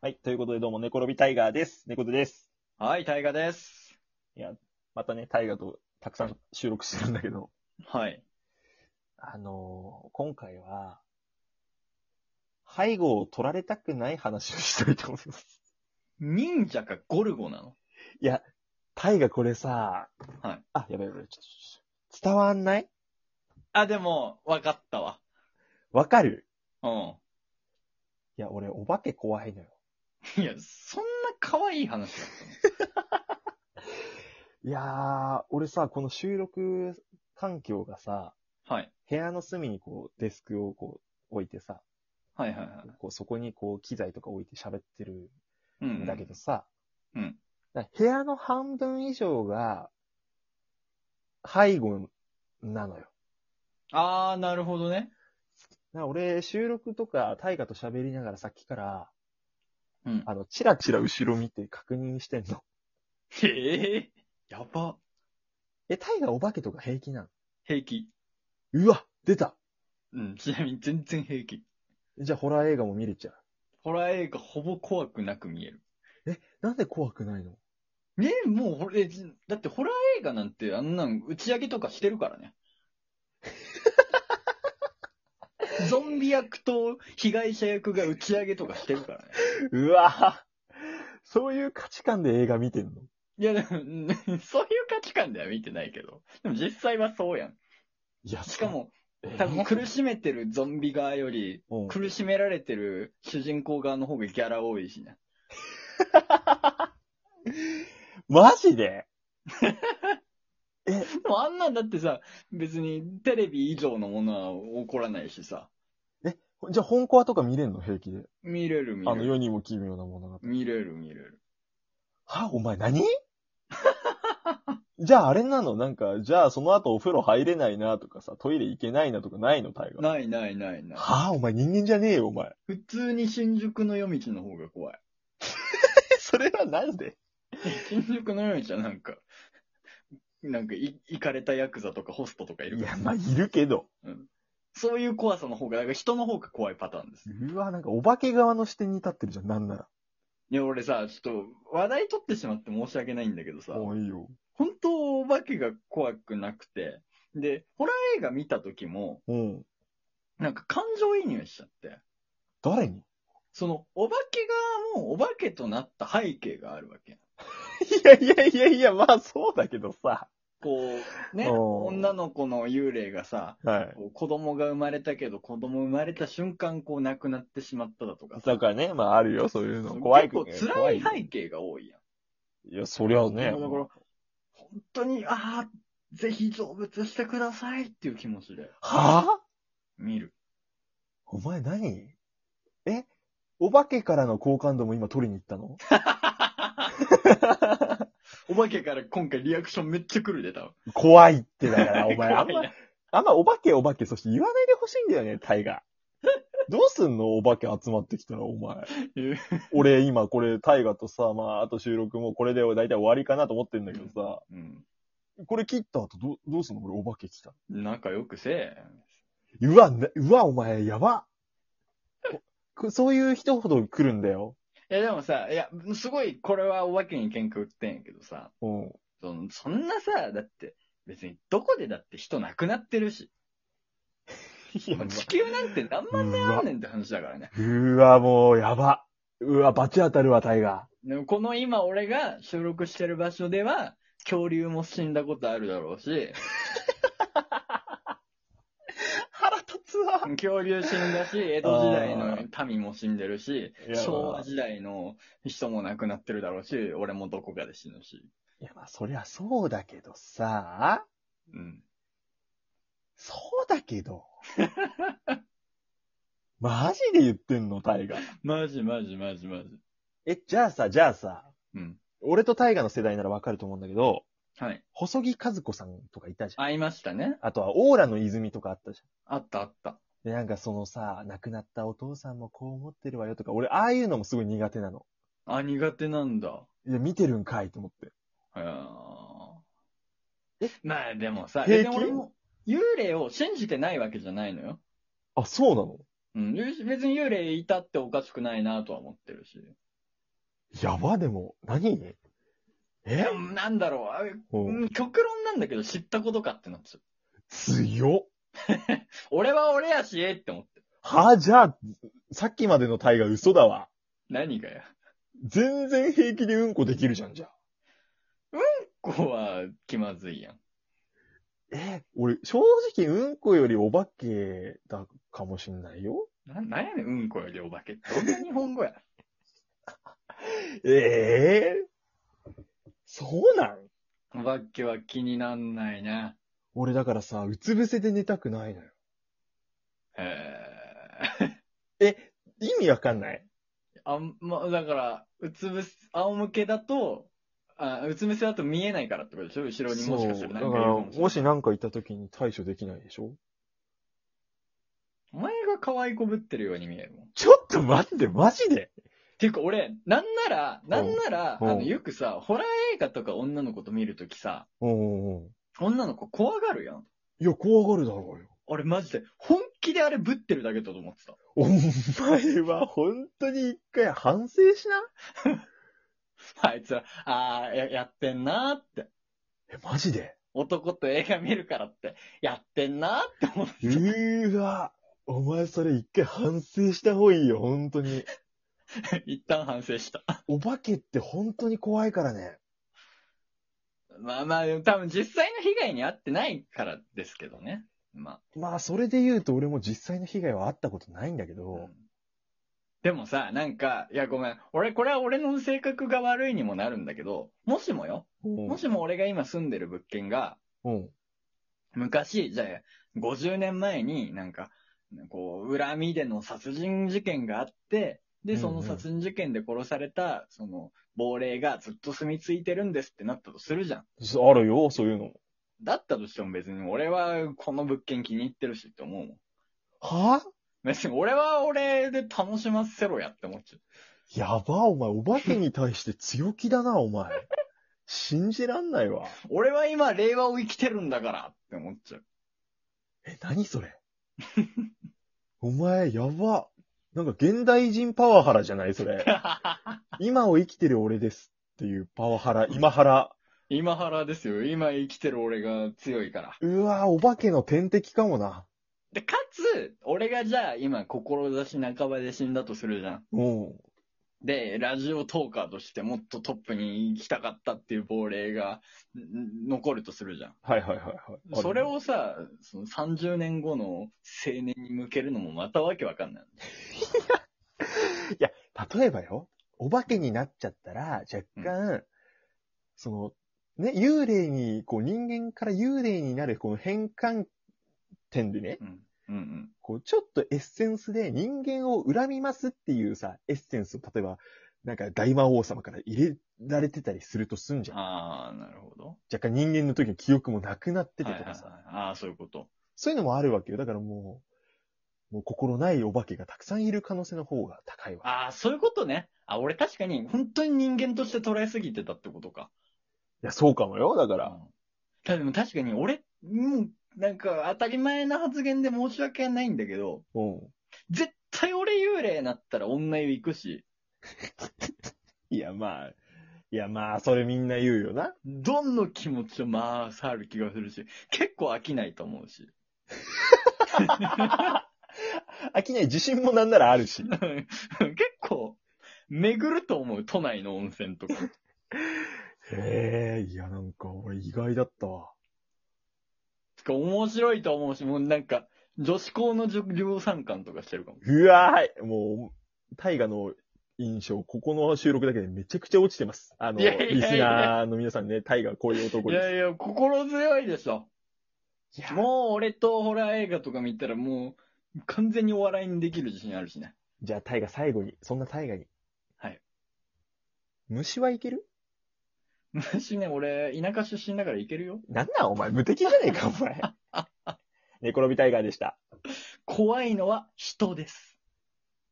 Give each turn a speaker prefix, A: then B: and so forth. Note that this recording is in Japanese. A: はい。ということで、どうも、寝転びタイガーです。猫背です。
B: はい、大河です。
A: またね、タイガーとたくさん収録してるんだけど、
B: はい。
A: あのー今回は、背後を取られたくない話をしたいと思います。
B: 忍者かゴルゴなの
A: いや、タイガーこれさ、
B: はい。
A: あ、やばいやばい、ちょっとちょっと、伝わんない
B: あ、でも、わかったわ。
A: わかる
B: う
A: いや、俺、お化け怖いのよ。
B: ん。いや、そんな可愛い話だっ
A: いやー、俺さ、この収録環境がさ、
B: たの。はい。
A: 部屋の隅にこう、デスクをこう、置いてさ、
B: はいはいはい。
A: こうそこにこう、機材とか置いて喋ってる
B: うんん。
A: だけど。さ、
B: うん。
A: だから部屋の半分以上が、背後なのよ。だか
B: あー、なるほどね。
A: ら俺、収録とか、大河と喋りながらさっきから、
B: うん。
A: あの、チラチラ後ろ見て確認してんの。
B: へえー。やば。
A: え、大河お化けとか平気なの
B: 平気。
A: うわ出た
B: うん。ちなみに全然平気。
A: じゃあホラー映画も見れちゃう。
B: ホラー映画ほぼ怖くなく見える。
A: なんで怖くないの
B: ねえ、もうほれ、だってホラー映画なんてあんなん打ち上げとかしてるか らね。ゾンビ役と被害者役が打ち上げとかしてるからね。
A: うわそういう価値観で映画見てんの
B: いや、でも、 うんそういう価値観では見てないけど。でも実際はそうやん。
A: いや、
B: しか、も、多
A: 多
B: 分苦しめてるゾンビ側より、
A: うん
B: 苦しめられてる主人公側の方がギャラ多いしね。
A: マジでえ、
B: でもあんなんだってさ、別にテレビ以上のものは起こらないしさ。
A: じゃあ本コアとか見れんの平気で。
B: 見れる見
A: あ
B: れ
A: の
B: る。
A: 世にも奇妙なものが。
B: 見れる見れる。
A: はお前何じゃああれなのなんか、じゃあその後お風呂入れないなとかさ、トイレ行けないなとかないのタイガー。
B: ないないないない。
A: はあ、お前人間じゃねえよ、お前。
B: 普通に新宿の夜道の方が怖い。
A: それはなんで
B: 新宿の夜道はなんか、なんかい、行かれたヤクザとかホストとかいる
A: い
B: か
A: や、
B: ら。
A: まあ、いるけど。
B: そういう怖さの方が、だから人の方が怖いパターンです。
A: うわ、なんかお化け側の視点に立ってるじゃん、なんない
B: や、俺さ、ちょっと話題取ってしまって申し訳ないんだけどさ
A: ら。、もういいよ。
B: 本当お化けが怖くなくて、で、ホラー映画見た時も、
A: うん。
B: なんか感情移入しちゃって、
A: 誰に
B: その、お化け側もお化けとなった背景があるわけ。
A: いやいやいやいや、まあそうだけどさ。
B: こう、ね、
A: おー
B: 女の子の幽霊がさ、
A: はい。
B: こう子供が生まれたけど、子供生まれた瞬間、こう亡くなってしまっただとかさ
A: だからね、まああるよ、そういうの。怖い
B: 結構辛い背景が多いやん。
A: いや、そりゃね。
B: だから、本当に、ああ、ぜひ成仏してくださいっていう気持ちで
A: はぁ
B: 見る。
A: お前何えお化けからの好感度も今取りに行ったの
B: お化けから今回リアクションめっちゃ来るで、多分。
A: 怖いってだ から、お前。あん
B: 怖
A: ま
B: い、な
A: あんまお化けお化け、そして言わないでほしいんだよね、タイガー。どうすんのお化け集まってきたら、お前。俺今これ、タイガーとさ、まあ、あと収録もこれで大体終わりかなと思ってんだけどさ、
B: うん。
A: これ切った後どう、どうすんのこれお化け来たら。
B: 仲良くせ
A: うわ、なうわ、お前、やば。こ そういう人ほど来るんだよ。
B: え。いや、でもさ、いや、すごい、これはお化けに喧嘩売ってんやけどさ、
A: うん。
B: そのそんなさ、だって、別にどこでだって人亡くなってるし。
A: いや
B: もう地球なんて何万年あんねんって話だからね。
A: うわ、もう、やば。うわ、バチ当たるわ、タイガ
B: でもこの今俺が収録してる場所では、恐竜も死んだことあるだろ うし、
A: ー。腹立つわ。
B: 恐竜死んだし、江戸時代の民も死んでるし
A: いや、
B: 昭和時代の人も亡くなってるだろうし、俺もどこかで死ぬし。
A: いや、まあ、そりゃそうだけどさ、
B: うん。
A: そうだけ ど。マジで言ってんの、タイガー。
B: マジマジマジマジ。
A: え、じゃあさ、じゃあさ、
B: うん。
A: 俺とタイガーの世代ならわかると思うんだけど、
B: はい。
A: 細木和子さんとかいたじゃん。
B: 会いましたね。
A: あとは、オーラの泉とかあったじ
B: あったあった。
A: ゃん。で、なんかそのさ、亡くなったお父さんもこう思ってるわよとか、俺、ああいうのもすごい苦手なの。
B: あ、苦手なんだ。
A: いや、見てるんかいと思って。
B: あ
A: え
B: えまあでもさ、
A: 平気
B: えでも俺も幽霊を信じてないわけじゃないのよ。
A: あ、そうなの
B: うん、別に幽霊いたっておかしくないなとは思ってるし。
A: やば、でも、何え
B: うんなんだろうあれ、
A: う
B: うんん極論なんだけど知ったことかってなっちゃう。
A: 強っ。
B: 俺は俺やし、えって思って。
A: はあ、じゃあ、さっきまでのタイが嘘だわ。
B: 何がや。
A: 全然平気でうんこできるじゃん、じゃあ。
B: こうは気まずいやん。
A: え、俺、正直うんこよりお化けだかもしんないよ。
B: な、なんやねん、うんこよりお化け。どんな日本語や。
A: ええそうなん
B: お化けは気になんないな。
A: 俺だからさ、うつ伏せで寝たくないのよ。
B: え
A: 意味わかんない
B: ー、あんま、だから、うつぶせ、仰向けだと、あ、うつぶせだと見えないからってことでしょ後ろにもしかしたら
A: だか
B: 何かいる
A: ら、
B: かもしれ
A: も
B: ない。
A: し何かいた時に対処できないでしょ
B: お前が可愛いこぶってるように見えるもん。
A: ちょっと待って、マジで
B: ていうか俺、なんなら、なんなら、あ
A: うん
B: の、よくさ、ホラー映画とか女の子と見るときさ、
A: うんうんうん。
B: 女の子怖がるやん。
A: いや、怖がるだろうよ。
B: 俺マジで、本気であれぶってるだけだと思ってた。
A: お前は本当に一回反省しな
B: あいつら、あーや、やってんなーって。
A: え、マジで
B: 男と映画見るからって、やってんなーって思って
A: うーわ。お前それ一回反省した方がいいよ、本当に。
B: た、一旦反省した。
A: お化けって本当に怖いからね。
B: まあまあ、でも多分実際の被害に遭ってないからですけどね。ま
A: まあ、それで言うと俺も実際の被害はあったことないんだけ
B: あ。う
A: ど
B: ん、でもさ、なんか、いやごめん。俺、これは俺の性格が悪いにもなるんだけど、もしもよ、
A: うん
B: もしも俺が今住んでる物件が、
A: うん。
B: 昔、じゃあ、50年前になんか、こう、恨みでの殺人事件があって、で、そ
A: うんう
B: の
A: ん
B: 殺人事件で殺された、その、亡霊がずっと住み着いてるんですってなったとするじゃん。
A: あるよ、そういうの。
B: だったとしても別に俺はこの物件気に入ってるしって思うもん。
A: は
B: 別に俺は俺で楽しませろやって思っちゃう。
A: やば、お前、お化けに対して強気だな、お前。信じらんないわ。
B: 俺は今令和を生きてるんだからって思っちゃう。
A: え、何それお前、やば。なんか現代人パワハラじゃないそれ。今を生きてる俺ですっていうパワハラ、今ハラ。
B: 今原ですよ。今生きてる俺が強いから。
A: うわお化けの天敵かもな。
B: で、かつ、俺がじゃあ今、志半ばで死んだとするじゃん。
A: うん。
B: で、ラジオトーカーとしてもっとトップに行きたかったっていう亡霊がん残るとするじゃん。
A: はいはいはいはい。
B: それをさ、その30年後の青年に向けるのもまたわけわかんない。
A: 例えばよ、お化けになっちゃったら、若干、その、ね、幽霊に、こう人間から幽霊になる、この変換点でね、
B: うん。うんうん。
A: こうちょっとエッセンスで人間を恨みますっていうさ、エッセンスを例えば、なんか大魔王様から入れられてたりするとすんじゃん。
B: ああ、なるほど。
A: 若干人間の時の記憶もなくなってて
B: はい
A: と
B: はい
A: か
B: はい
A: さ、
B: ああ、そういうこと。
A: そういうのもあるわけよ。だからもう、もう心ないお化けがたくさんいる可能性の方が高いわ。
B: ああ、そういうことね。あ、俺確かに本当に人間として捉えすぎてたってことか。
A: いや、そうかもよ。だか
B: うん。ただでも確かに俺、もう、なんか当たり前な発言で申し訳ないんだけど、
A: うん。
B: 絶対俺幽霊なったら女湯行くし、
A: いや、まあ、いや、まあ、それみんな言うよな。
B: どんの気持ちをまあ、さる気がするし、結構飽きないと思うし。
A: 飽きない自信もなんならあるし。
B: 結構、巡ると思う、都内の温泉とか。
A: へえ、いや、なんか俺意外だったわ。
B: てか面白いと思うし、もうなんか、女子校の授業参観とかしてるかも。
A: うわーいもう、大河の印象、ここの収録だけでめちゃくちゃ落ちてます。あの、
B: いやいやいや
A: リスナーの皆さんね、大河こういう男
B: い
A: です。
B: やいや、心強いでしょ。
A: いや
B: もう俺とホラー映画とか見たらもう、完全にお笑いにできる自信あるしね。
A: じゃあ大河最後に、そんな大河に。
B: はい。
A: 虫はいける
B: 昔ね、俺、田舎出身だからいけるよ。
A: なんなんお前、無敵じゃ ねえか、お前。寝転びタイガーでした。
B: 怖いのは人です。